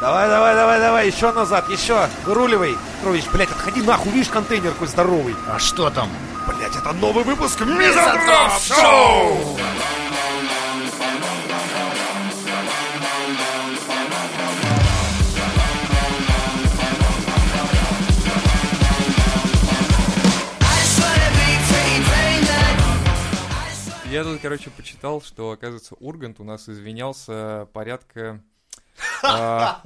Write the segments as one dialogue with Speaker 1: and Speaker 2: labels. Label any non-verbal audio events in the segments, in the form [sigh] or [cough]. Speaker 1: Давай, давай, давай, давай, еще назад, еще, выруливай. Петрович, блядь, отходи нахуй, видишь контейнер какой здоровый.
Speaker 2: А что там?
Speaker 1: Блядь, это новый выпуск
Speaker 2: Мизантроп
Speaker 1: Мизантроп Шоу!
Speaker 3: Я тут, короче, почитал, что, оказывается, Ургант у нас извинялся э,
Speaker 1: [laughs]
Speaker 3: порядка... а,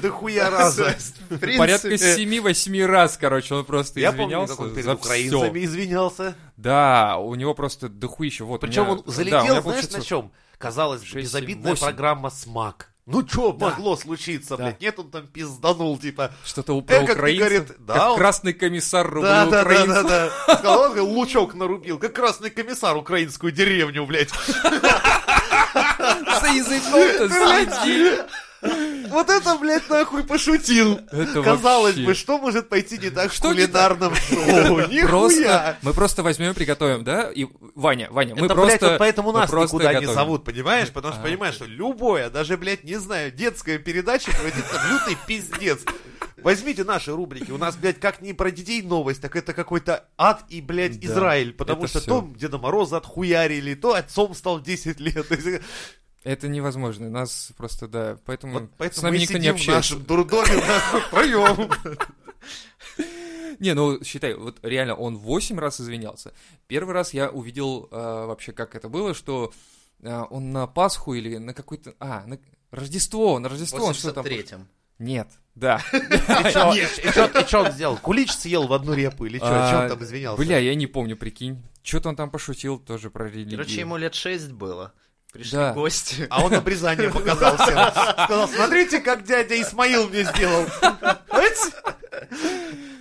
Speaker 1: Да хуя
Speaker 3: [laughs]
Speaker 1: раза.
Speaker 2: В принципе,
Speaker 3: Порядка 7-8 раз, короче, он просто
Speaker 1: Я помню, как
Speaker 3: извинялся
Speaker 1: он перед
Speaker 3: за все.
Speaker 1: украинцами извинялся.
Speaker 3: Да, у него просто дохуя еще. Вот, у
Speaker 1: Причем
Speaker 3: меня-
Speaker 1: он
Speaker 3: да, у меня,
Speaker 1: залетел, знаешь,
Speaker 3: получается,
Speaker 1: на чем? Казалось, бы,
Speaker 3: шесть,
Speaker 1: безобидная
Speaker 3: восемь.
Speaker 1: программа «Смак». Ну чё
Speaker 3: Да.
Speaker 1: могло случиться,
Speaker 3: Да.
Speaker 1: блядь? Нет, он там пизданул, типа,
Speaker 3: Что-то
Speaker 1: Э,
Speaker 3: у про
Speaker 1: как ты,
Speaker 3: украинцев,
Speaker 1: говорит, да,
Speaker 3: как
Speaker 1: он-
Speaker 3: красный комиссар
Speaker 1: Да,
Speaker 3: э, рубил
Speaker 1: да, да, да,
Speaker 3: украинцев.
Speaker 1: да. Сказал, он говорит, лучок нарубил, как красный комиссар украинскую деревню, блядь.
Speaker 3: За языком-то следи.
Speaker 1: [laughs] Вот это, блядь, нахуй пошутил.
Speaker 3: Это
Speaker 1: Казалось бы,
Speaker 3: вообще.
Speaker 1: что может пойти не так в
Speaker 3: Что не так?
Speaker 1: кулинарном шоу? Нихуя.
Speaker 3: Просто, мы просто возьмем и приготовим, да? И, Ваня, Ваня, мы
Speaker 1: Это,
Speaker 3: просто...
Speaker 1: блядь, вот поэтому
Speaker 3: мы
Speaker 1: нас
Speaker 3: просто
Speaker 1: никуда не
Speaker 3: готовим.
Speaker 1: зовут, понимаешь? Потому что
Speaker 3: А,
Speaker 1: понимаешь, что любое, даже, блядь, не знаю, детская передача превратится в лютый пиздец. Возьмите наши рубрики. У нас, блядь, как не про детей новость, так это какой-то ад и, блядь,
Speaker 3: Да,
Speaker 1: Израиль. Потому
Speaker 3: это
Speaker 1: что
Speaker 3: всё.
Speaker 1: то Деда Мороза отхуярили, то отцом стал 10 лет.
Speaker 3: Это невозможно, нас просто, да, поэтому,
Speaker 1: Вот поэтому
Speaker 3: с нами
Speaker 1: мы
Speaker 3: никто не
Speaker 1: сидим в
Speaker 3: общается.
Speaker 1: нашем дурдоме нахуй, втроем.
Speaker 3: [laughs] Не, ну считай, вот реально он восемь раз извинялся. Первый раз я увидел а, вообще, как это было, что а, он на Пасху или на какой-то... А, на Рождество, на
Speaker 2: В
Speaker 3: Рождество он что там...
Speaker 2: 83-м.
Speaker 3: Нет, да.
Speaker 1: И что он сделал? Кулич съел в одну репу или что? О
Speaker 3: А,
Speaker 1: чем там извинялся?
Speaker 3: Бля, я не помню, прикинь. Что-то он там пошутил тоже про религию.
Speaker 2: Короче, ему лет 6 было. Пришли
Speaker 3: Да.
Speaker 2: гости.
Speaker 1: А он обрезание показал всем. Сказал, смотрите, как дядя Исмаил мне сделал. Эть?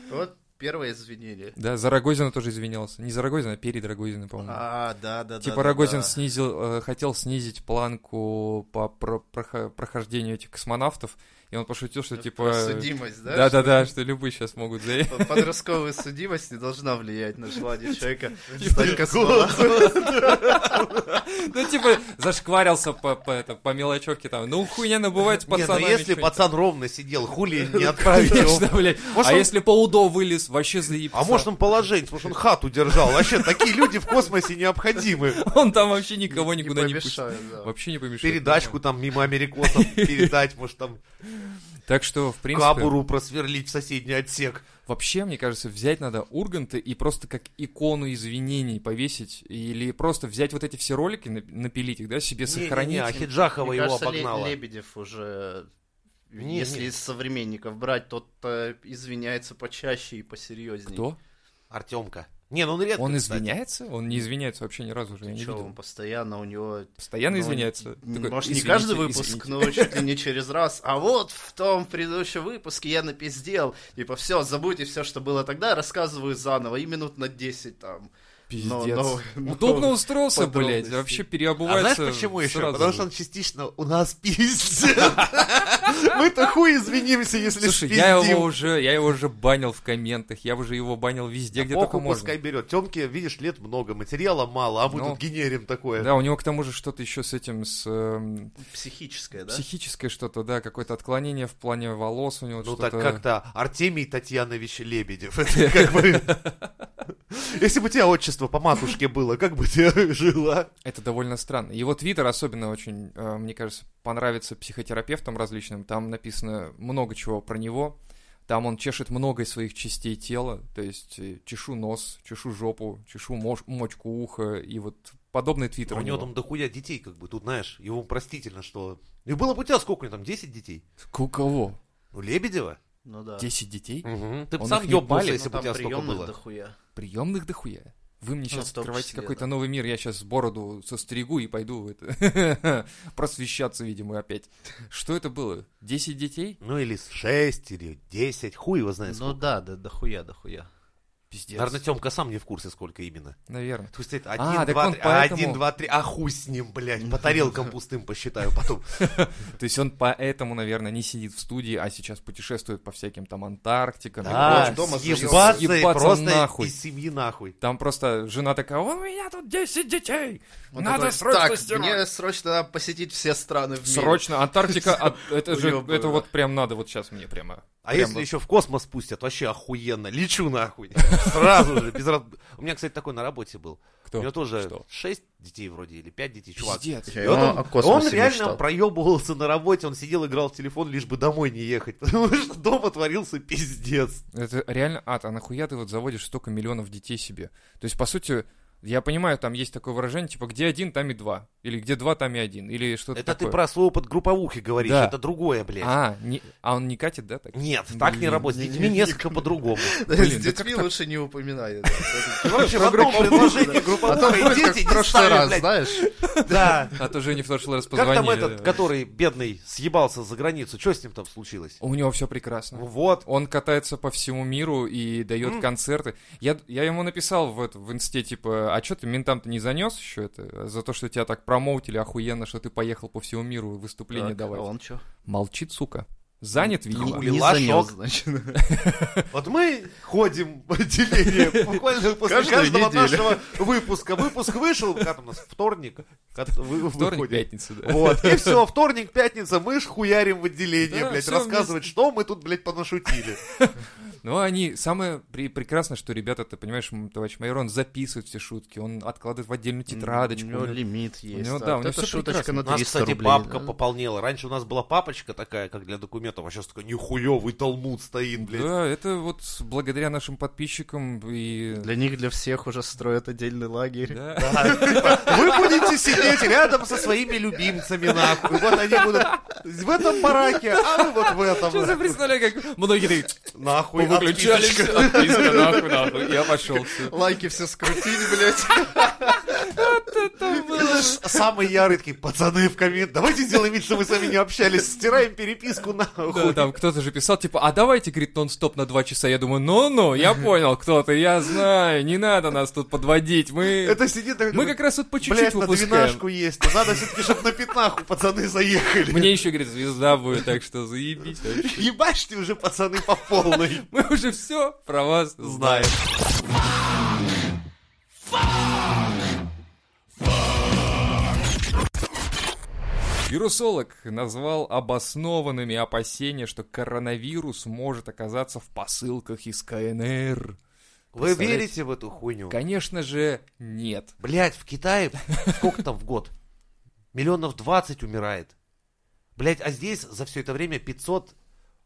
Speaker 2: Вот первое извинили.
Speaker 3: Да, за Рогозина тоже извинялся. Не за Рогозина, а перед Рогозиной, по-моему.
Speaker 2: А, да, да, да.
Speaker 3: Типа
Speaker 2: да,
Speaker 3: Рогозин
Speaker 2: да.
Speaker 3: снизил, э, хотел снизить планку по про- прохо- прохождению этих космонавтов, и он пошутил,
Speaker 1: Ну,
Speaker 3: что типа...
Speaker 2: Про Судимость, да?
Speaker 3: Да, да, да, что любые сейчас могут за... [laughs]
Speaker 2: Что Подростковая судимость не должна влиять на желание человека
Speaker 3: Типа
Speaker 1: Блин,
Speaker 2: стать космонавтом.
Speaker 3: Ну, типа, зашкварился по, по, это, по мелочевке там. Ну, хуйня набывать с
Speaker 1: Не, ну
Speaker 3: пацанами.
Speaker 1: если
Speaker 3: что-нибудь.
Speaker 1: пацан ровно сидел, хули не отправить его.
Speaker 3: [laughs] Конечно, блядь.
Speaker 1: Может,
Speaker 3: а
Speaker 1: он-
Speaker 3: если по УДО вылез, вообще
Speaker 1: А
Speaker 3: заебался.
Speaker 1: может он положенец, может он хату держал. Вообще, такие люди в космосе необходимы.
Speaker 3: [laughs] он там вообще никого [laughs]
Speaker 2: Не
Speaker 3: никуда не пустит.
Speaker 2: помешают, да.
Speaker 3: Вообще не помешает.
Speaker 1: Передачку
Speaker 3: ну.
Speaker 1: там мимо америкосов
Speaker 3: [laughs]
Speaker 1: передать, может там
Speaker 3: Так что, в принципе,
Speaker 1: кабуру просверлить в соседний отсек.
Speaker 3: вообще, мне кажется, взять надо Урганта и просто как икону извинений повесить. Или просто взять вот эти все ролики, нап- напилить их, да, себе сохранить.
Speaker 1: Не-не-не, а Хиджахова
Speaker 2: Мне
Speaker 1: его
Speaker 2: кажется, Ле-
Speaker 1: обогнала.
Speaker 2: Лебедев уже,
Speaker 1: Не,
Speaker 2: если
Speaker 1: не.
Speaker 2: из современников брать, тот э, извиняется почаще и посерьезнее.
Speaker 3: Кто?
Speaker 1: Артемка. Не, ну он редко,
Speaker 3: А Он
Speaker 1: кстати.
Speaker 3: извиняется? Он не извиняется вообще ни разу уже. Я не
Speaker 2: Чё, он
Speaker 3: видел.
Speaker 2: постоянно у него...
Speaker 3: Постоянно
Speaker 2: ну,
Speaker 3: извиняется.
Speaker 2: м,
Speaker 3: Такой,
Speaker 2: Может,
Speaker 3: «Извините,
Speaker 2: не каждый выпуск,
Speaker 3: извините».
Speaker 2: но чуть ли не через раз. А вот в том предыдущем выпуске я напиздел. Типа, все, забудьте все, что было тогда, рассказываю заново. И минут на 10 там. Но-
Speaker 3: Пиздец.
Speaker 2: но- но-
Speaker 3: Удобно устроился, блядь.
Speaker 2: подробности.
Speaker 3: Вообще
Speaker 1: А
Speaker 3: переобувается.
Speaker 1: знаешь почему еще?
Speaker 3: э, сразу
Speaker 1: Потому
Speaker 3: же.
Speaker 1: что он частично у нас пиздит. [laughs] Мы-то хуй извинимся, если
Speaker 3: Слушай, я
Speaker 1: спиздим.
Speaker 3: его уже, я его уже банил в комментах, я уже его банил везде, где только
Speaker 1: Похуй
Speaker 3: можно.
Speaker 1: пускай берет. Темке, видишь, лет много, материала мало, а мы
Speaker 3: Ну.
Speaker 1: тут генерим такое.
Speaker 3: Да, у него к тому же что-то еще с этим, с эм,
Speaker 2: Психическое, да?
Speaker 3: психическое что-то, да, какое-то отклонение в плане волос у него
Speaker 1: Ну
Speaker 3: что-то.
Speaker 1: так как-то Артемий Татьянович
Speaker 3: [laughs]
Speaker 1: Лебедев. Это как бы... Если бы у тебя отчество по матушке было, как бы ты [laughs] жила?
Speaker 3: Это довольно странно. Его твиттер особенно очень, э, мне кажется, понравится психотерапевтам различным. Там написано много чего про него. Там он чешет много из своих частей тела, то есть э, чешу нос, чешу жопу, чешу мош- мочку уха и вот подобный твиттер
Speaker 1: А У него там дохуя детей, как бы, тут, знаешь, ему простительно, что... И было бы у тебя сколько у него там, 10 детей?
Speaker 3: У кого?
Speaker 1: У Лебедева?
Speaker 2: Ну да.
Speaker 3: 10 детей?
Speaker 1: Ты бы
Speaker 3: Он
Speaker 1: сам
Speaker 3: их не
Speaker 1: ёбнулся,
Speaker 3: палит, ну,
Speaker 1: если бы у тебя столько
Speaker 2: приемных
Speaker 1: было.
Speaker 2: дохуя.
Speaker 3: Приемных дохуя. Вы мне
Speaker 2: Ну,
Speaker 3: сейчас
Speaker 2: в том
Speaker 3: открываете
Speaker 2: числе,
Speaker 3: какой-то
Speaker 2: да.
Speaker 3: новый мир, я сейчас бороду состригу и пойду в это. [laughs] просвещаться, видимо, опять. Что это было? 10 детей?
Speaker 1: Ну или 6, или 10, хуй его знает
Speaker 2: Ну
Speaker 1: сколько.
Speaker 2: да, да, дохуя, дохуя.
Speaker 3: Пиздец.
Speaker 1: Наверное, Темка сам не в курсе, сколько именно.
Speaker 3: Наверное.
Speaker 1: То есть это
Speaker 3: А,
Speaker 1: один,
Speaker 3: так
Speaker 1: два,
Speaker 3: он
Speaker 1: три,
Speaker 3: поэтому-
Speaker 1: один, два, три, а хуй с ним, блядь,
Speaker 3: [laughs]
Speaker 1: по тарелкам пустым посчитаю потом.
Speaker 3: То есть он поэтому, наверное, не сидит в студии, а сейчас путешествует по всяким там Антарктикам. и
Speaker 1: Да,
Speaker 3: прочим.
Speaker 2: дома
Speaker 1: съебаться и
Speaker 3: съебаться
Speaker 1: просто
Speaker 3: нахуй.
Speaker 1: из семьи нахуй.
Speaker 3: Там просто жена такая, у меня тут 10 детей,
Speaker 2: Он
Speaker 3: надо
Speaker 2: такой,
Speaker 3: срочно
Speaker 2: так,
Speaker 3: стирать».
Speaker 2: мне срочно надо посетить все страны в мире. [laughs]
Speaker 3: Срочно, Антарктика, [laughs] а, это же,
Speaker 2: Уёбываю.
Speaker 3: это вот прям надо, вот сейчас мне прямо.
Speaker 1: А
Speaker 3: прям
Speaker 1: если
Speaker 3: вот.
Speaker 1: еще в космос пустят, вообще охуенно. Лечу нахуй. [laughs] Сразу же. без раз- У меня, кстати, такой на работе был.
Speaker 3: Кто?
Speaker 1: У него тоже
Speaker 3: Что?
Speaker 1: шесть детей вроде, или пять детей, чувак.
Speaker 3: Пиздец.
Speaker 1: И
Speaker 2: Я
Speaker 1: вот
Speaker 2: его
Speaker 1: он,
Speaker 2: о космосе
Speaker 1: он реально
Speaker 2: мечтал.
Speaker 1: проебывался на работе, он сидел, играл в телефон, лишь бы домой не ехать, [laughs] потому что дома творился пиздец.
Speaker 3: Это реально ад, а нахуя ты вот заводишь столько миллионов детей себе? То есть, по сути, я понимаю, там есть такое выражение, типа, где один, там и два. Или где два, там и один. Или что-то
Speaker 1: Это
Speaker 3: такое.
Speaker 1: ты про свой опыт групповухи говоришь,
Speaker 3: Да.
Speaker 1: это другое, блядь.
Speaker 3: А, не- а он не катит, да, так?
Speaker 1: Нет, так не
Speaker 3: Блин.
Speaker 1: работает. С детьми несколько по-другому.
Speaker 2: С
Speaker 3: Блин, да
Speaker 2: детьми лучше не упоминай. да.
Speaker 1: Вообще, в одном предложении групповуха
Speaker 2: А то
Speaker 1: и
Speaker 2: будет как
Speaker 1: дети не
Speaker 2: в прошлый
Speaker 1: ставят,
Speaker 2: раз,
Speaker 1: блядь.
Speaker 2: знаешь?
Speaker 1: Да.
Speaker 3: А то Женя в прошлый раз
Speaker 1: Как там
Speaker 3: позвонили.
Speaker 1: этот, который бедный съебался за границу, что с ним там случилось?
Speaker 3: У него все прекрасно.
Speaker 1: Вот.
Speaker 3: Он катается по всему миру и дает
Speaker 1: М.
Speaker 3: концерты. Я, я ему написал в, это, в инсте, типа, а что ты ментам-то не занес еще это? За то, что тебя так промоутили охуенно, что ты поехал по всему миру выступление
Speaker 2: Так,
Speaker 3: давать.
Speaker 2: а он чё?
Speaker 3: Молчит, сука. Занят, видимо.
Speaker 1: Ну,
Speaker 2: Не
Speaker 1: лошок.
Speaker 2: занёс, значит.
Speaker 3: [laughs]
Speaker 1: Вот мы ходим в отделение буквально после
Speaker 2: Каждую
Speaker 1: каждого
Speaker 2: неделю.
Speaker 1: нашего выпуска. Выпуск вышел, как у нас, вторник. Как- вы-
Speaker 3: Вторник,
Speaker 1: выходит.
Speaker 3: пятница, да.
Speaker 1: Вот, и все, вторник, пятница, мы ж хуярим в отделение,
Speaker 3: Да,
Speaker 1: блядь,
Speaker 3: всё
Speaker 1: рассказывать, что мы тут, блядь, понашутили.
Speaker 3: Но они... Самое при- прекрасное, что ребята, ты понимаешь, м, товарищ майор, он записывает все шутки, он откладывает в отдельную тетрадочку.
Speaker 2: У него лимит есть.
Speaker 3: него,
Speaker 2: а
Speaker 3: да, у
Speaker 2: вот
Speaker 3: него
Speaker 2: эта
Speaker 3: всё
Speaker 2: шуточка
Speaker 3: прекрасно.
Speaker 2: на
Speaker 1: У нас,
Speaker 2: 300
Speaker 1: кстати,
Speaker 2: рублей.
Speaker 1: папка
Speaker 2: да.
Speaker 1: пополнела. Раньше у нас была папочка такая, как для документов, а сейчас такой нихуевый талмуд стоит, блядь.
Speaker 3: Да, это вот благодаря нашим подписчикам и...
Speaker 2: Для них, для всех уже строят отдельный лагерь.
Speaker 3: Да. [laughs]
Speaker 1: Да, типа, Вы будете сидеть рядом со своими любимцами, нахуй. Вот они будут в этом бараке, а вы вот в
Speaker 3: Чё за
Speaker 1: этом.
Speaker 3: представляю, как многие такие,
Speaker 1: [laughs] Нахуй, [laughs]
Speaker 3: выключались, [laughs]
Speaker 1: отписочка.
Speaker 3: отписка, нахуй, нахуй, я пошел.
Speaker 2: Лайки все скрутили,
Speaker 3: [laughs]
Speaker 2: блядь.
Speaker 1: Знаешь, [laughs] Самые ярые такие, пацаны в коммент, давайте сделаем вид, что мы с вами не общались, стираем переписку нахуй.
Speaker 3: там кто-то же писал, типа, а давайте, говорит, нон-стоп на два часа. Я думаю,
Speaker 1: [laughs]
Speaker 3: ну-ну, я понял, кто ты, я знаю, не надо нас тут подводить. Мы,
Speaker 1: Это сидит такой,
Speaker 3: мы как раз вот по чуть-чуть
Speaker 1: блядь, на двенашку
Speaker 3: выпускаем.
Speaker 1: есть, а надо все-таки, чтобы на пятнаху пацаны заехали. [laughs]
Speaker 3: Мне еще, говорит, звезда будет, так что заебись. вообще.
Speaker 1: Ебашь ты уже, пацаны, по полной.
Speaker 3: Мы уже все про вас знаем.
Speaker 1: Знаем.
Speaker 3: Вирусолог назвал обоснованными опасения, что коронавирус может оказаться в посылках из КНР.
Speaker 1: Вы
Speaker 3: Представляете?
Speaker 1: верите в эту хуйню?
Speaker 3: Конечно же, нет.
Speaker 1: Блять, в Китае сколько там в год? Миллионов 20 умирает. Блять, а здесь за все это время 500,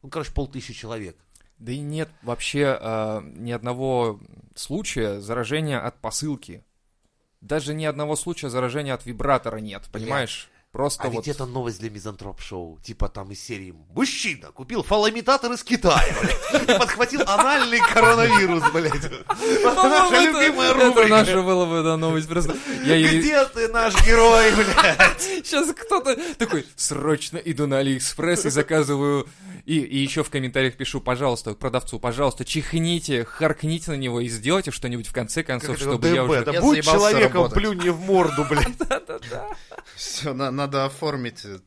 Speaker 1: ну, короче, полтысячи человек.
Speaker 3: Да и нет вообще э, ни одного случая заражения от посылки. Даже ни одного случая заражения от вибратора нет, понимаешь? Просто
Speaker 1: А
Speaker 3: вот...
Speaker 1: ведь
Speaker 3: [laughs]
Speaker 1: это новость для мизантроп-шоу. Типа там из серии «Мужчина купил фаломитатор из Китая, блядь, и подхватил анальный коронавирус, блядь». Это
Speaker 3: По-моему,
Speaker 1: наша
Speaker 3: это-
Speaker 1: любимая
Speaker 3: Это
Speaker 1: рубрика.
Speaker 3: наша была бы да, новость просто. Я
Speaker 1: [laughs]
Speaker 3: ее...
Speaker 1: Где ты, наш герой, блядь?
Speaker 3: Сейчас кто-то такой, срочно иду на Алиэкспресс и заказываю... И, еще в комментариях пишу, пожалуйста, к продавцу, пожалуйста, чихните, харкните на него и сделайте что-нибудь в конце концов, чтобы я
Speaker 1: ДМБ,
Speaker 3: уже...
Speaker 1: да
Speaker 2: Я
Speaker 1: будь
Speaker 2: заебался
Speaker 1: человеком,
Speaker 2: работать.
Speaker 1: плюнь мне в морду, блядь.
Speaker 3: [laughs]
Speaker 2: Все, надо оформить э,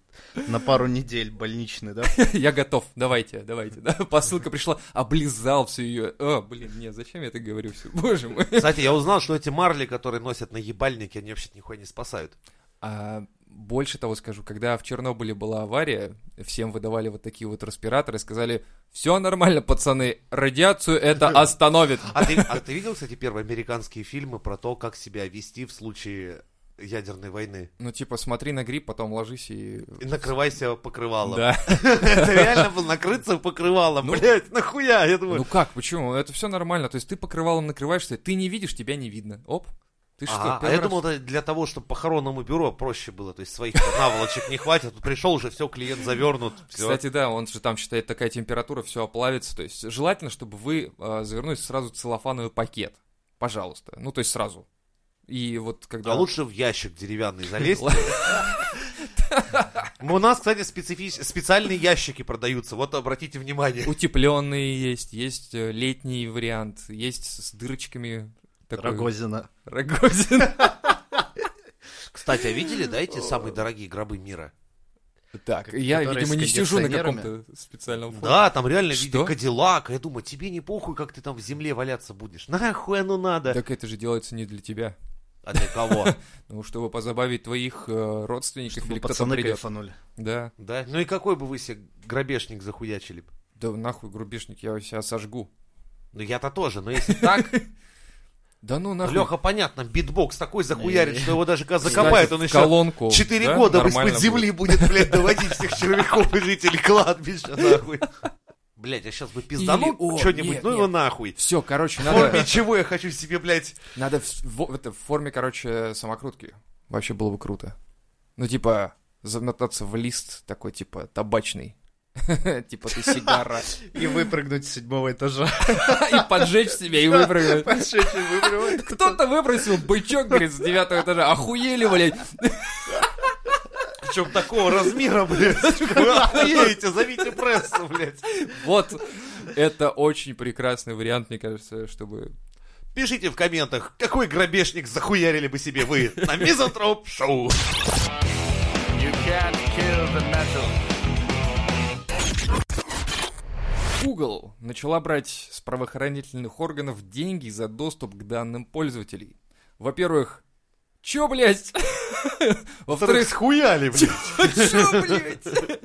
Speaker 2: на пару недель больничный, да?
Speaker 3: [laughs] Я готов, давайте, давайте. да. Посылка пришла, облизал всю ее. О, блин, не, зачем я это говорю все? Боже мой.
Speaker 1: Кстати, я узнал, что эти марли, которые носят на ебальнике, они вообще нихуя не спасают.
Speaker 3: А, больше того скажу, когда в Чернобыле была авария, всем выдавали вот такие вот респираторы, сказали, все нормально, пацаны, радиацию это остановит.
Speaker 1: А ты, а ты видел, кстати, первые американские фильмы про то, как себя вести в случае ядерной войны?
Speaker 3: Ну, типа, смотри на грипп, потом ложись и...
Speaker 1: И накрывайся покрывалом.
Speaker 3: Да.
Speaker 1: Это реально было накрыться покрывалом,
Speaker 3: Ну.
Speaker 1: блядь, нахуя, я думаю.
Speaker 3: Ну как, почему? Это все нормально. То есть ты покрывалом накрываешься, ты не видишь, тебя не видно. Оп. Ты
Speaker 1: Ага,
Speaker 3: что,
Speaker 1: а
Speaker 3: первый
Speaker 1: я
Speaker 3: раз?
Speaker 1: думал, это для того, чтобы похоронному бюро проще было, то есть своих наволочек не хватит, тут пришел уже, все, клиент завернут, все.
Speaker 3: Кстати, да, он же там считает, такая температура, все оплавится. То есть а, желательно, чтобы вы э, завернулись сразу в целлофановый пакет. Пожалуйста. Ну, то есть сразу. И вот когда...
Speaker 1: А лучше в ящик деревянный залезть. Ну, У нас, кстати, специфи- специальные ящики продаются, вот обратите внимание.
Speaker 3: Утепленные есть, есть э, летний вариант, есть с дырочками. такой-
Speaker 2: Рогозина.
Speaker 1: [laughs]
Speaker 3: Рогозин.
Speaker 1: Кстати, а видели, да, эти самые дорогие гробы мира?
Speaker 3: Так,
Speaker 2: Как-
Speaker 3: я,
Speaker 2: которые
Speaker 3: видимо,
Speaker 2: с
Speaker 3: не сижу на
Speaker 2: кондиционерами.
Speaker 3: каком-то специальном фоне.
Speaker 1: Да, там реально в виде
Speaker 3: Что?
Speaker 1: Кадиллака. Я думаю, тебе не похуй, как ты там в земле валяться будешь. Нахуй оно надо.
Speaker 3: Так это же делается не для тебя.
Speaker 1: А для кого?
Speaker 3: Ну, чтобы позабавить твоих э, родственников или
Speaker 2: Чтобы
Speaker 3: кто там
Speaker 2: пацаны
Speaker 3: придет.
Speaker 2: кайфанули.
Speaker 3: Да.
Speaker 1: Да? Ну и какой бы вы себе грабежник захуячили? б?
Speaker 3: Да нахуй, грубишник, я себя сожгу.
Speaker 1: Ну я-то тоже, но если так,
Speaker 3: Да ну нахуй.
Speaker 1: Леха, понятно, битбокс такой захуярит, что его даже когда
Speaker 3: Кстати,
Speaker 1: закопает, он
Speaker 3: в
Speaker 1: еще
Speaker 3: колонку.
Speaker 1: Четыре
Speaker 3: да,
Speaker 1: года
Speaker 3: нормально
Speaker 1: из-под
Speaker 3: [laughs]
Speaker 1: земли будет, блядь, доводить всех червяков и жителей кладбища, нахуй. Блядь, я сейчас бы пизданул
Speaker 3: Или- о,
Speaker 1: что-нибудь,
Speaker 3: нет,
Speaker 1: ну
Speaker 3: нет.
Speaker 1: его нахуй.
Speaker 3: будет. Все, короче,
Speaker 1: В форме
Speaker 3: надо,
Speaker 1: чего я хочу себе, блядь,
Speaker 3: надо в, с- во- это, в форме, короче, самокрутки. Вообще было бы круто. Ну, типа, замотаться в лист такой, типа, табачный. [laughs] Типа ты сигара.
Speaker 2: И выпрыгнуть с седьмого этажа.
Speaker 3: [laughs] И поджечь себя, и [laughs] выпрыгнуть.
Speaker 2: Большой чем выпрыгивает.
Speaker 3: Кто-то выбросил бычок, говорит, с девятого этажа. Охуели, блядь.
Speaker 1: причем такого размера, блядь. [laughs] Вы охуеете, зовите прессу, блядь.
Speaker 3: Вот. Это очень прекрасный вариант, мне кажется, чтобы...
Speaker 1: Пишите в комментах, какой грабежник захуярили бы себе вы на Мизантроп Шоу.
Speaker 3: Google начала брать с правоохранительных органов деньги за доступ к данным пользователей. Во-первых, чё, [laughs] блядь?
Speaker 1: Которые
Speaker 3: Во-вторых,
Speaker 1: схуяли, блядь.
Speaker 3: [laughs] чё, блядь?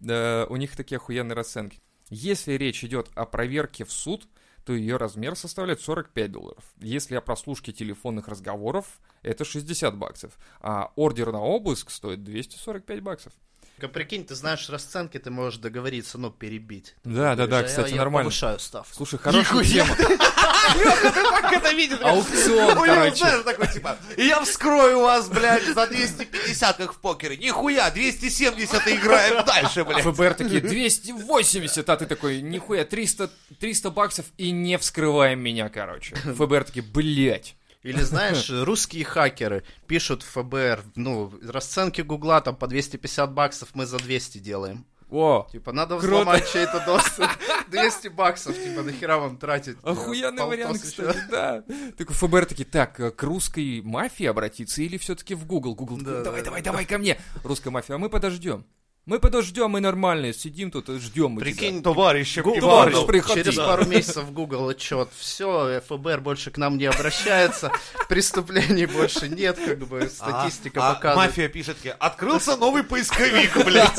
Speaker 3: Да, У них такие охуенные расценки. Если речь идет о проверке в суд, то ее размер составляет 45 долларов. Если о прослушке телефонных разговоров, это 60 баксов. А ордер на обыск стоит 245 баксов.
Speaker 2: А Прикинь, ты знаешь расценки, ты можешь договориться, ну, перебить.
Speaker 3: Да, да, да,
Speaker 2: Говоришь, а
Speaker 3: кстати,
Speaker 2: я- Я
Speaker 3: нормально.
Speaker 2: повышаю ставку.
Speaker 3: Слушай, хорошая тема.
Speaker 1: Лёха, ты так это видел, блядь.
Speaker 3: Аукцион,
Speaker 1: Ну, я,
Speaker 3: короче.
Speaker 1: знаешь, такой, типа, я вскрою вас, блядь, за 250, как в покере. Нихуя, 270 и играем дальше, блядь.
Speaker 3: ФБР такие 280, а ты такой, нихуя, 300, 300 баксов и не вскрываем меня, короче. ФБР такие, блять.
Speaker 1: [laughs]
Speaker 2: Или знаешь, русские хакеры пишут в ФБР, ну, расценки Гугла там по 250 баксов мы за 200 делаем.
Speaker 3: О,
Speaker 2: Типа, надо
Speaker 3: Круто.
Speaker 2: взломать чей-то
Speaker 1: [laughs]
Speaker 2: доступ. 200 баксов, типа, нахера вам тратить? ну,
Speaker 3: охуенный
Speaker 2: Полтос
Speaker 3: вариант,
Speaker 2: еще.
Speaker 3: кстати, да. Такой ФБР такие, так, э, к русской мафии обратиться или все-таки в Google? Google, такой,
Speaker 2: Да,
Speaker 3: давай,
Speaker 2: да,
Speaker 3: давай, давай ко мне. Русская мафия, а мы подождем. Мы подождем, мы нормальные, сидим тут и ждем. мы тебя.
Speaker 2: Прикинь,
Speaker 1: Товарищи,
Speaker 3: товарищ,
Speaker 1: Иванов.
Speaker 3: приходи.
Speaker 2: Ну, Через пару месяцев Google отчет. Все, ФБР больше к нам
Speaker 1: [laughs]
Speaker 2: не обращается, преступлений больше нет, как бы
Speaker 1: А,
Speaker 2: статистика
Speaker 1: а
Speaker 2: показывает.
Speaker 1: Мафия пишет, такие, открылся новый поисковик, блядь.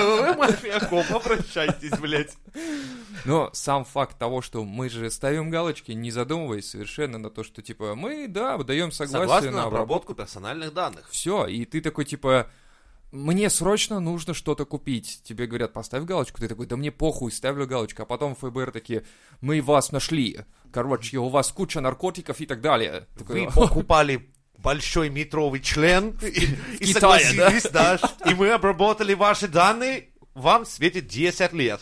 Speaker 1: www.mafia.com, обращайтесь, блядь.
Speaker 3: Но сам факт того, что мы же ставим галочки, не задумываясь совершенно на то, что типа мы, да, даем согласие на обработку.
Speaker 1: персональных данных.
Speaker 3: Все, и ты такой типа, мне срочно нужно что-то купить. Тебе говорят, поставь галочку. Ты такой, да мне похуй, ставлю галочку. А потом ФБР такие, мы вас нашли. Короче, у вас куча наркотиков и так далее. Такой,
Speaker 1: Вы покупали большой метровый член и, и
Speaker 3: Китае, да?
Speaker 1: согласились, да, и мы обработали ваши данные, вам светит 10 лет.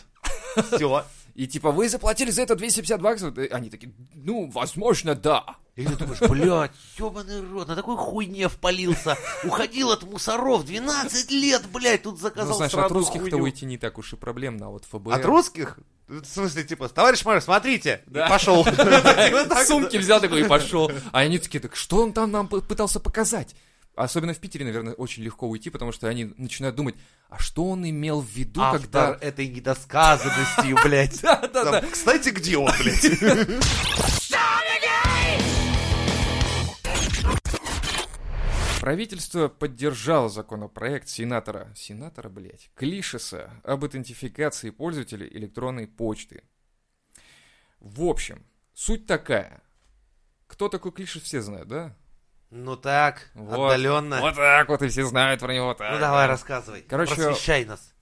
Speaker 1: Все.
Speaker 3: И типа, вы заплатили за это 250 баксов? И Они такие, ну, возможно, да.
Speaker 1: И ты думаешь, блядь, ебаный рот, на такой хуйне впалился. Уходил от мусоров 12 лет, блядь, тут
Speaker 3: Ну,
Speaker 1: заказал
Speaker 3: знаешь, от
Speaker 1: сраную
Speaker 3: русских-то
Speaker 1: хуйню.
Speaker 3: уйти не так уж и проблемно, а вот ФБР...
Speaker 1: От русских? В смысле, типа, товарищ майор, смотрите, [laughs]
Speaker 3: Да.
Speaker 1: пошел.
Speaker 3: Ну,
Speaker 1: Э,
Speaker 3: сумки взял такой и пошел. А они такие, так что он там нам п- пытался показать? Особенно в Питере, наверное, очень легко уйти, потому что они начинают думать, а что он имел в виду,
Speaker 1: Автор
Speaker 3: когда...
Speaker 1: этой недосказанности,
Speaker 3: [laughs]
Speaker 1: блядь.
Speaker 3: Да-да-да.
Speaker 1: Там, Кстати, где он, блядь?
Speaker 3: Правительство поддержало законопроект сенатора, сенатора, блядь, Клишеса об идентификации пользователей электронной почты. В общем, суть такая. Кто такой Клишес, все знают, да?
Speaker 1: Ну так,
Speaker 3: Вот.
Speaker 1: отдаленно.
Speaker 3: Вот так вот и все знают про него. так.
Speaker 1: Ну давай, рассказывай.
Speaker 3: Короче,
Speaker 1: Просвещай нас.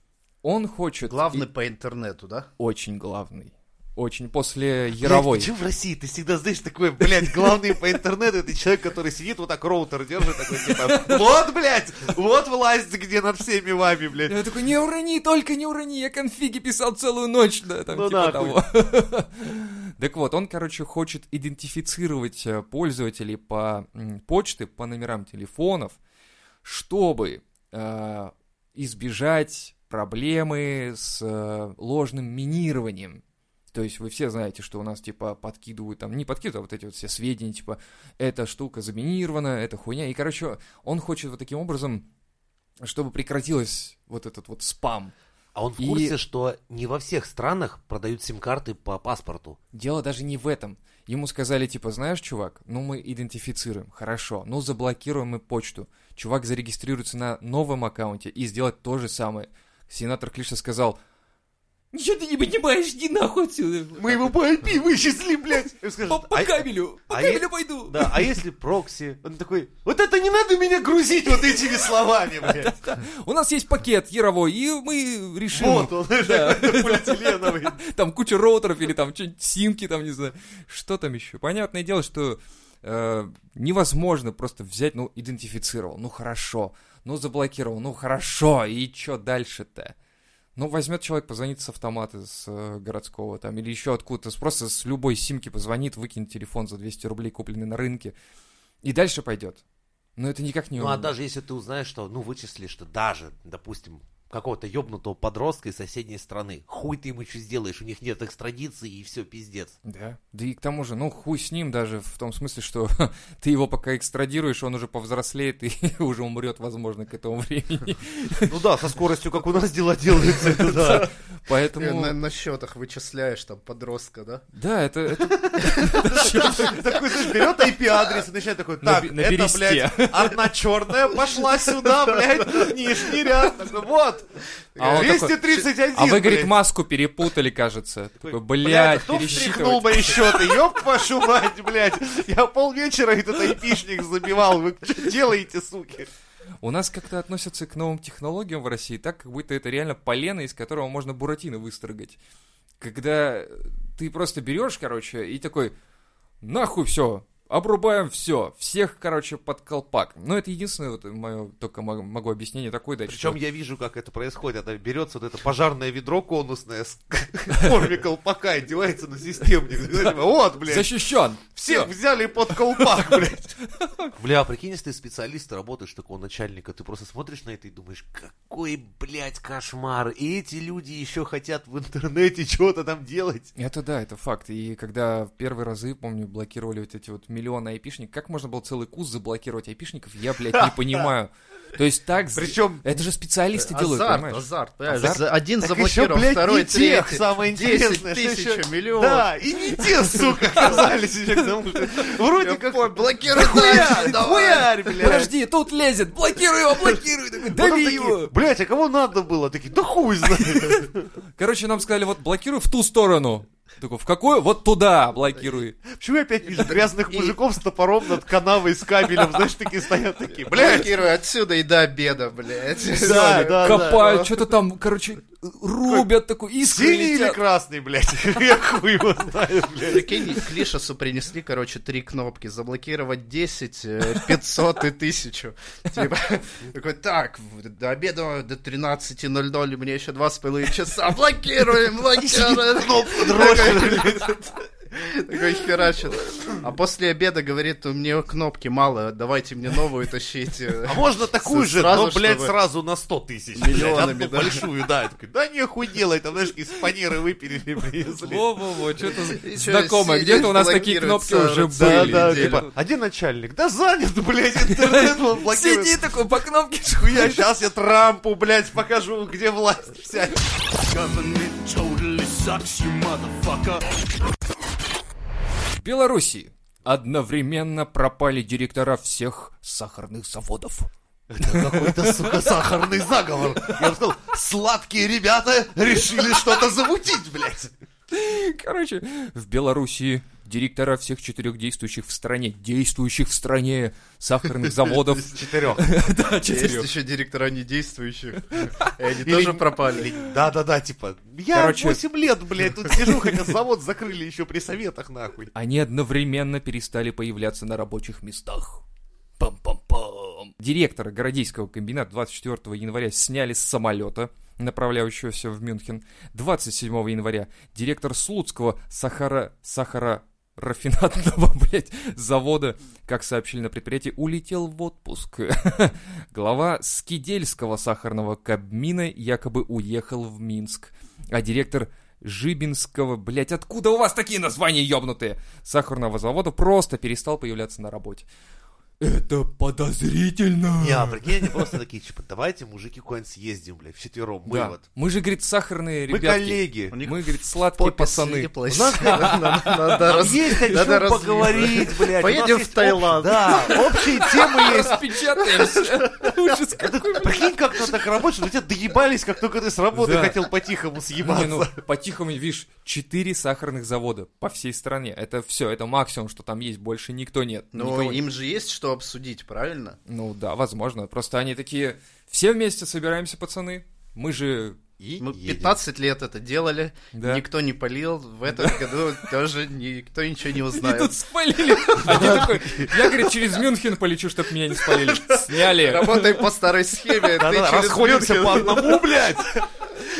Speaker 3: Он хочет...
Speaker 2: Главный
Speaker 3: и-
Speaker 2: по интернету, да?
Speaker 3: Очень главный. Очень. После Яровой.
Speaker 1: Блядь, почему в России ты всегда, знаешь, такой, блядь, главный по интернету, это человек, который сидит вот так роутер держит, такой, типа, вот, блядь, вот власть, где над всеми вами, блядь.
Speaker 3: Я такой, не урони, только не урони, я конфиги писал целую ночь, да, там,
Speaker 1: Ну
Speaker 3: типа
Speaker 1: нахуй.
Speaker 3: того. [laughs] Так вот, он, короче, хочет идентифицировать э, пользователей по м, почте, по номерам телефонов, чтобы э, избежать проблемы с э, ложным минированием. То есть вы все знаете, что у нас типа подкидывают там, не подкидывают, а вот эти вот все сведения, типа, эта штука заминирована, эта хуйня. И, короче, он хочет вот таким образом, чтобы прекратилось вот этот вот спам.
Speaker 1: А он в
Speaker 3: И-
Speaker 1: курсе, что не во всех странах продают сим-карты по паспорту.
Speaker 3: Дело даже не в этом. Ему сказали, типа, знаешь, чувак, ну мы идентифицируем, хорошо, ну заблокируем мы почту. Чувак зарегистрируется на новом аккаунте и сделает то же самое. Сенатор Клиша сказал, ничего ты не понимаешь, иди нахуй отсюда.
Speaker 1: Мы его по IP вычислим, блядь. И скажут,
Speaker 3: По, по
Speaker 1: а-
Speaker 3: кабелю, по
Speaker 1: а я-
Speaker 3: кабелю пойду.
Speaker 1: Да, а если прокси? Он такой, вот это не надо меня грузить вот этими словами, блядь.
Speaker 3: У нас есть пакет яровой, и мы решим.
Speaker 1: Вот [laughs] он, такой полиэтиленовый.
Speaker 3: Там куча роутеров или там что-нибудь симки, там, не знаю. Что там еще? Понятное дело, что э, невозможно просто взять, ну, идентифицировал, ну хорошо, ну заблокировал, ну хорошо, и что дальше-то? Ну, возьмет человек, позвонит с автомата, с э, городского там, или еще откуда-то, с- просто с любой симки позвонит, выкинет телефон за 200 рублей, купленный на рынке, и дальше пойдет. Но это никак не...
Speaker 1: Ну а даже если ты узнаешь, что, ну вычислишь, что даже, допустим, какого-то ёбнутого подростка из соседней страны, хуй ты ему что сделаешь, у них нет экстрадиции и все пиздец.
Speaker 3: Да. Да и к тому же, ну, хуй с ним даже, в том смысле, что [laughs] ты его пока экстрадируешь, он уже повзрослеет [laughs] и уже умрет, возможно, к этому
Speaker 1: [laughs]
Speaker 3: времени.
Speaker 1: Ну да, со скоростью, как у нас дела делаются, это да.
Speaker 2: Э, На,
Speaker 3: Поэтому,
Speaker 2: на счетах вычисляешь там подростка, да?
Speaker 3: да, это... это-
Speaker 1: Такой, знаешь, берет IP-адрес и начинает такой,
Speaker 3: На
Speaker 1: так,
Speaker 3: бе- на
Speaker 1: это,
Speaker 3: бересте».
Speaker 1: блядь, одна черная пошла
Speaker 3: [laughs]
Speaker 1: сюда, блядь, нижний ряд. Такой, вот,
Speaker 3: А он такой,
Speaker 1: 231, [laughs]
Speaker 3: А вы, говорит,
Speaker 1: блядь.
Speaker 3: маску перепутали, кажется. Такой,
Speaker 1: Блядь,
Speaker 3: блядь,
Speaker 1: кто встряхнул
Speaker 3: пересчитывать.
Speaker 1: мои
Speaker 3: [laughs]
Speaker 1: счеты, ёб вашу мать, блядь. Я полвечера этот айпишник забивал, вы что делаете, суки?
Speaker 3: У нас как-то относятся к новым технологиям в России так, как будто это реально полено, из которого можно буратино выстрогать. Когда ты просто берешь, короче, и такой, нахуй все, обрубаем все, всех, короче, под колпак. Ну, это единственное, вот мое, только мо- могу объяснение такое дать.
Speaker 1: Причем
Speaker 3: что-
Speaker 1: я вижу, как это происходит. Она берется вот это пожарное ведро конусное с [laughs] в форме колпака и девается на системник. Знаете, «Типа, Вот, блядь,
Speaker 3: Защищен!
Speaker 1: всех
Speaker 3: Всё.
Speaker 1: взяли под [laughs] колпак, блядь. Бля, а прикинь, если ты специалист, и работаешь такого начальника, ты просто смотришь на это и думаешь, какой, блядь, кошмар. И эти люди еще хотят в интернете что-то там делать.
Speaker 3: Это да, это факт. И когда в первые разы, помню, блокировали вот эти вот миллионы айпишников, как можно было целый куст заблокировать айпишников, я, блядь, не понимаю. То есть так... з-
Speaker 1: Причем
Speaker 3: Это же специалисты делают,
Speaker 2: э, азарт,
Speaker 3: понимаешь?
Speaker 2: азарт, понимаешь?
Speaker 3: Азарт?
Speaker 2: За- Один
Speaker 1: Так
Speaker 2: заблокировал,
Speaker 1: еще, блядь,
Speaker 2: второй,
Speaker 1: не тех,
Speaker 2: третий.
Speaker 1: самое
Speaker 2: 10
Speaker 1: интересное, что
Speaker 2: тысяч,
Speaker 1: еще-
Speaker 2: миллион.
Speaker 1: Да, и не те, [laughs] сука, оказались еще к тому же. Вроде как...
Speaker 2: Ой, блокируй
Speaker 1: Хуярь,
Speaker 2: дальше, давай.
Speaker 1: [laughs] хуярь, блядь.
Speaker 3: Подожди, тут лезет, блокируй его, блокируй, такой, дави его.
Speaker 1: Блять, а кого надо было? Такие, да хуй знает.
Speaker 3: Короче, нам сказали, вот блокируй в ту сторону. Такой, в какую? Вот туда блокируй.
Speaker 1: Почему я опять вижу грязных
Speaker 2: И-
Speaker 1: мужиков с топором над канавой, с кабелем, знаешь, такие стоят такие, блядь.
Speaker 2: Блокируй отсюда и до обеда, блядь.
Speaker 1: Да, да,
Speaker 3: Копают, что-то там, короче, рубят такой, искры
Speaker 1: Синий или
Speaker 3: летят.
Speaker 1: красный, блядь? [laughs] Я хуй его знаю, блядь.
Speaker 2: Прикинь, к Лишесу принесли, короче, три кнопки. Заблокировать 10, э, 500 и 1000. Типа, такой, так, в- до обеда до 13.00, мне еще два с половиной часа. Блокируем, блокируем.
Speaker 1: Кнопку дрожит.
Speaker 2: Такой херачит. А после обеда говорит, у меня кнопки мало, давайте мне новую тащите.
Speaker 1: А можно такую
Speaker 2: С-
Speaker 1: же,
Speaker 2: сразу,
Speaker 1: но, блядь,
Speaker 2: чтобы-
Speaker 1: сразу на 100 тысяч.
Speaker 2: Миллионами,
Speaker 1: блядь, одну
Speaker 2: да.
Speaker 1: большую, да. Я такой, да нехуй делай, там, знаешь, из фанеры выпилили, принесли.
Speaker 3: Во-во-во, что-то
Speaker 2: И чё,
Speaker 3: знакомое.
Speaker 2: сидишь,
Speaker 3: Где-то у нас такие
Speaker 2: блокируется
Speaker 3: кнопки уже
Speaker 1: Да,
Speaker 2: целую
Speaker 3: были.
Speaker 1: да,
Speaker 2: неделю.
Speaker 1: типа, один начальник, да занят, блядь,
Speaker 2: [laughs]
Speaker 1: интернет он блокирует.
Speaker 3: Сиди такой, по кнопке
Speaker 1: Хуя, сейчас я Трампу, блядь, покажу, где власть вся.
Speaker 4: Government totally sucks, you motherfucker.
Speaker 3: В Белоруссии одновременно пропали директора всех сахарных заводов.
Speaker 1: Это какой-то, сука, сахарный заговор. Я бы сказал, сладкие ребята решили что-то замутить, блядь.
Speaker 3: Короче, в Белоруссии директора всех четырех действующих в стране, действующих в стране сахарных заводов.
Speaker 1: Четырех.
Speaker 3: Да,
Speaker 2: Есть
Speaker 3: [laughs] четырех.
Speaker 2: еще директора недействующих. И они тоже пропали.
Speaker 1: Да-да-да, типа, я
Speaker 3: Короче-
Speaker 1: 8 лет, блядь, тут сижу, хотя завод закрыли еще при советах, нахуй.
Speaker 3: Они одновременно перестали появляться на рабочих местах. Пам-пам-пам. Директора Городейского комбината 24 января сняли с самолета, направляющегося в Мюнхен. 27 января директор Слуцкого Сахара... Сахара рафинатного, [laughs] блядь, завода, как сообщили на предприятии, улетел в отпуск. [laughs] Глава Скидельского сахарного кабмина якобы уехал в Минск. А директор Жибинского, блядь, откуда у вас такие названия ёбнутые? Сахарного завода просто перестал появляться на работе. Это подозрительно.
Speaker 1: Не, а прикинь, они просто такие, типа, давайте, мужики, куда-нибудь съездим, блядь, вчетвером, мы
Speaker 3: Да.
Speaker 1: вот.
Speaker 3: Мы же, говорит, сахарные
Speaker 1: Мы
Speaker 3: ребятки.
Speaker 1: коллеги.
Speaker 2: У них
Speaker 3: Мы, говорит,
Speaker 2: Типа
Speaker 3: сладкие пацаны.
Speaker 2: Надо раз-
Speaker 1: Есть о
Speaker 2: надо
Speaker 1: чем
Speaker 2: разве-
Speaker 1: поговорить, блядь. у нас
Speaker 2: Поедем в
Speaker 1: есть об-
Speaker 2: Таиланд.
Speaker 1: Да, общие
Speaker 3: [laughs]
Speaker 1: темы есть.
Speaker 3: Распечатаемся. [laughs] Ужас
Speaker 1: Это,
Speaker 3: какой.
Speaker 1: прикинь, как ты так работаешь, но тебя доебались, как только ты с работы
Speaker 3: Да.
Speaker 1: хотел по-тихому съебаться.
Speaker 3: Не, ну, по-тихому, видишь, четыре сахарных завода по всей стране. Это все, это максимум, что там есть, больше никто нет.
Speaker 2: Но
Speaker 3: Никого нет.
Speaker 2: Ну, им же есть что обсудить, правильно?
Speaker 3: Ну да, возможно. Просто они такие, все вместе собираемся, пацаны. Мы же...
Speaker 1: И
Speaker 2: Мы
Speaker 1: едем.
Speaker 2: 15 лет это делали,
Speaker 3: Да.
Speaker 2: никто не полил, в этом году тоже никто ничего не
Speaker 3: И
Speaker 2: узнает.
Speaker 3: тут спалили. Один такой, я, говорит, через Мюнхен полечу, чтобы меня не спалили. Сняли.
Speaker 2: Работай по старой схеме, ты
Speaker 1: Да-да,
Speaker 2: через
Speaker 1: расходимся
Speaker 2: Мюнхен,
Speaker 1: по одному, блядь.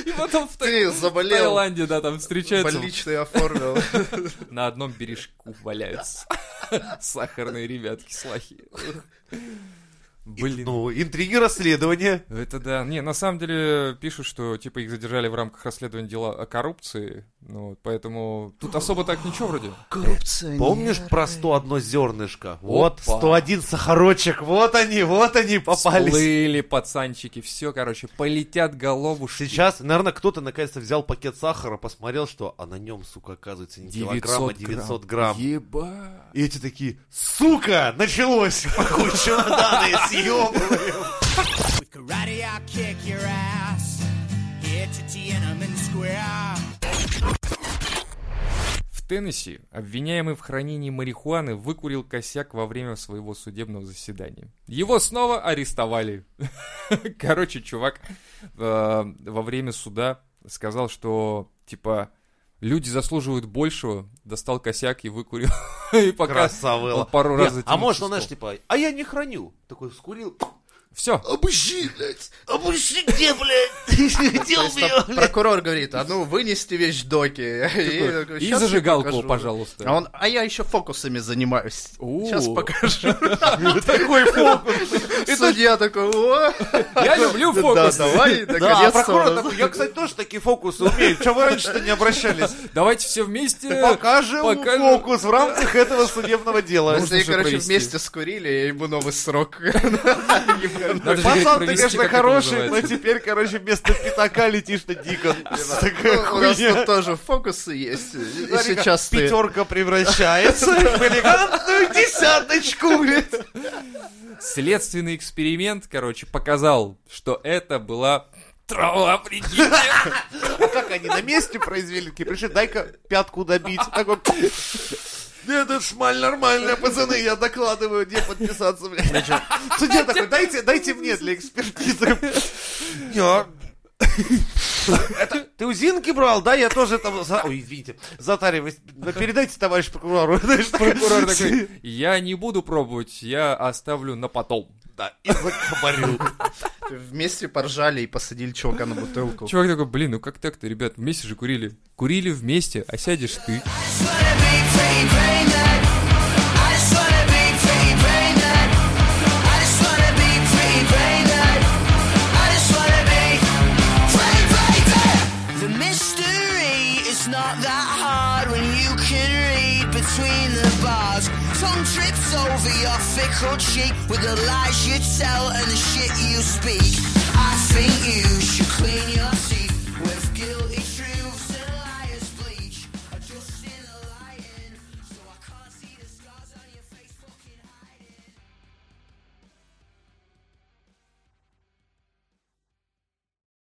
Speaker 3: И потом в Та-
Speaker 2: [laughs] ты
Speaker 3: в
Speaker 2: заболел,
Speaker 3: Таиланде, да, там встречаются.
Speaker 2: больничный оформил.
Speaker 3: На одном бережку валяются. [laughs] Сахарные ребятки, слахи. Блин.
Speaker 1: Ну, интриги расследования.
Speaker 3: Это да. Не, на самом деле пишут, что типа их задержали в рамках расследования дела о коррупции. Ну, вот, поэтому тут особо так ничего вроде.
Speaker 2: Коррупция.
Speaker 1: Помнишь про 101 зернышко? Вот,
Speaker 3: Опа.
Speaker 1: 101 сахарочек, вот они, вот они попались.
Speaker 3: Всплыли пацанчики, все, короче, полетят головушки.
Speaker 1: Сейчас, наверное, кто-то наконец-то взял пакет сахара, посмотрел, что, а на нем, сука, оказывается, не килограмм, а 900 грамм.
Speaker 3: Еба.
Speaker 1: И эти такие, сука, началось, [laughs] похуй, чемоданы
Speaker 3: [laughs]
Speaker 1: съебываем.
Speaker 5: With karate, I'll kick your ass. Here to Tiananmen Square.
Speaker 3: В Теннесси обвиняемый в хранении марихуаны выкурил косяк во время своего судебного заседания. Его снова арестовали. [laughs] Короче, чувак э, во время суда сказал, что типа люди заслуживают большего, достал косяк и выкурил. [laughs] И пока
Speaker 1: Красавелла.
Speaker 3: он пару раз
Speaker 1: Не,
Speaker 3: затянул
Speaker 1: А может, он,
Speaker 3: чувствовал.
Speaker 1: знаешь, типа, а я не храню. Такой скурил.
Speaker 3: Все,
Speaker 1: Обыщи, блядь. Обыщи где, блядь? [laughs] Где у меня, блядь?
Speaker 2: Прокурор говорит, а ну вынести вещдоки. И такой,
Speaker 3: и
Speaker 2: «Щас [laughs] я
Speaker 3: зажигалку,
Speaker 2: покажу».
Speaker 3: пожалуйста.
Speaker 2: А он, а я еще фокусами занимаюсь.
Speaker 3: У.
Speaker 2: Сейчас покажу.
Speaker 1: Такой фокус.
Speaker 2: И судья такой, о,
Speaker 3: Я люблю
Speaker 2: [laughs] да,
Speaker 3: фокус.
Speaker 2: давай,
Speaker 1: Да, а прокурор
Speaker 2: наконец-то.
Speaker 1: такой, я, кстати, тоже такие фокусы умею. Чего вы раньше-то не обращались?
Speaker 3: Давайте все вместе.
Speaker 1: Покажем
Speaker 3: покажем.
Speaker 1: фокус в рамках этого судебного дела.
Speaker 3: Нужно
Speaker 2: Они,
Speaker 3: же
Speaker 2: короче,
Speaker 3: провести.
Speaker 2: вместе скурили, и ему
Speaker 3: [laughs]
Speaker 2: новый срок. Ну,
Speaker 3: Надо же, говорит,
Speaker 1: Пацан, ты,
Speaker 3: провести,
Speaker 1: конечно,
Speaker 3: как это
Speaker 1: хороший, но
Speaker 3: называется.
Speaker 1: теперь, короче, вместо пятака летишь на
Speaker 3: [laughs]
Speaker 1: Дикон. Такая
Speaker 2: Ну, У нас
Speaker 1: хуйня.
Speaker 2: тут тоже фокусы есть. И
Speaker 1: Смотри-ка,
Speaker 2: сейчас ты...
Speaker 1: пятерка превращается в элегантную десяточку, блядь.
Speaker 3: Следственный эксперимент, короче, показал, что это была трава, прикинь.
Speaker 1: Как они на месте произвели, такие пришли, дай-ка пятку добить. Такой, нет, это шмаль нормальная, пацаны, я докладываю, где подписаться, блядь. Судья такой, дайте, дайте мне для экспертизы. Я... а? Это, ты узинки брал, да? Я тоже там... за- Ой, извините, затариваюсь. Да Передайте, товарищ прокурору. Знаешь, такой-
Speaker 3: Прокурор такой, я не буду пробовать, я оставлю на потом.
Speaker 1: Да, и закабарил.
Speaker 2: Вместе поржали и посадили чувака на бутылку.
Speaker 3: Чувак такой, блин, ну как так-то, ребят, вместе же курили. Курили вместе, а сядешь ты.
Speaker 5: I just wanna be free, free, man. I just wanna be free, free, man. I just wanna be free, free, man. I just wanna be free, free, man. The mystery is not that hard when you can read between the bars. Tongue trips over your fickle cheek with the lies you tell and the shit you speak. I think you should clean your teeth.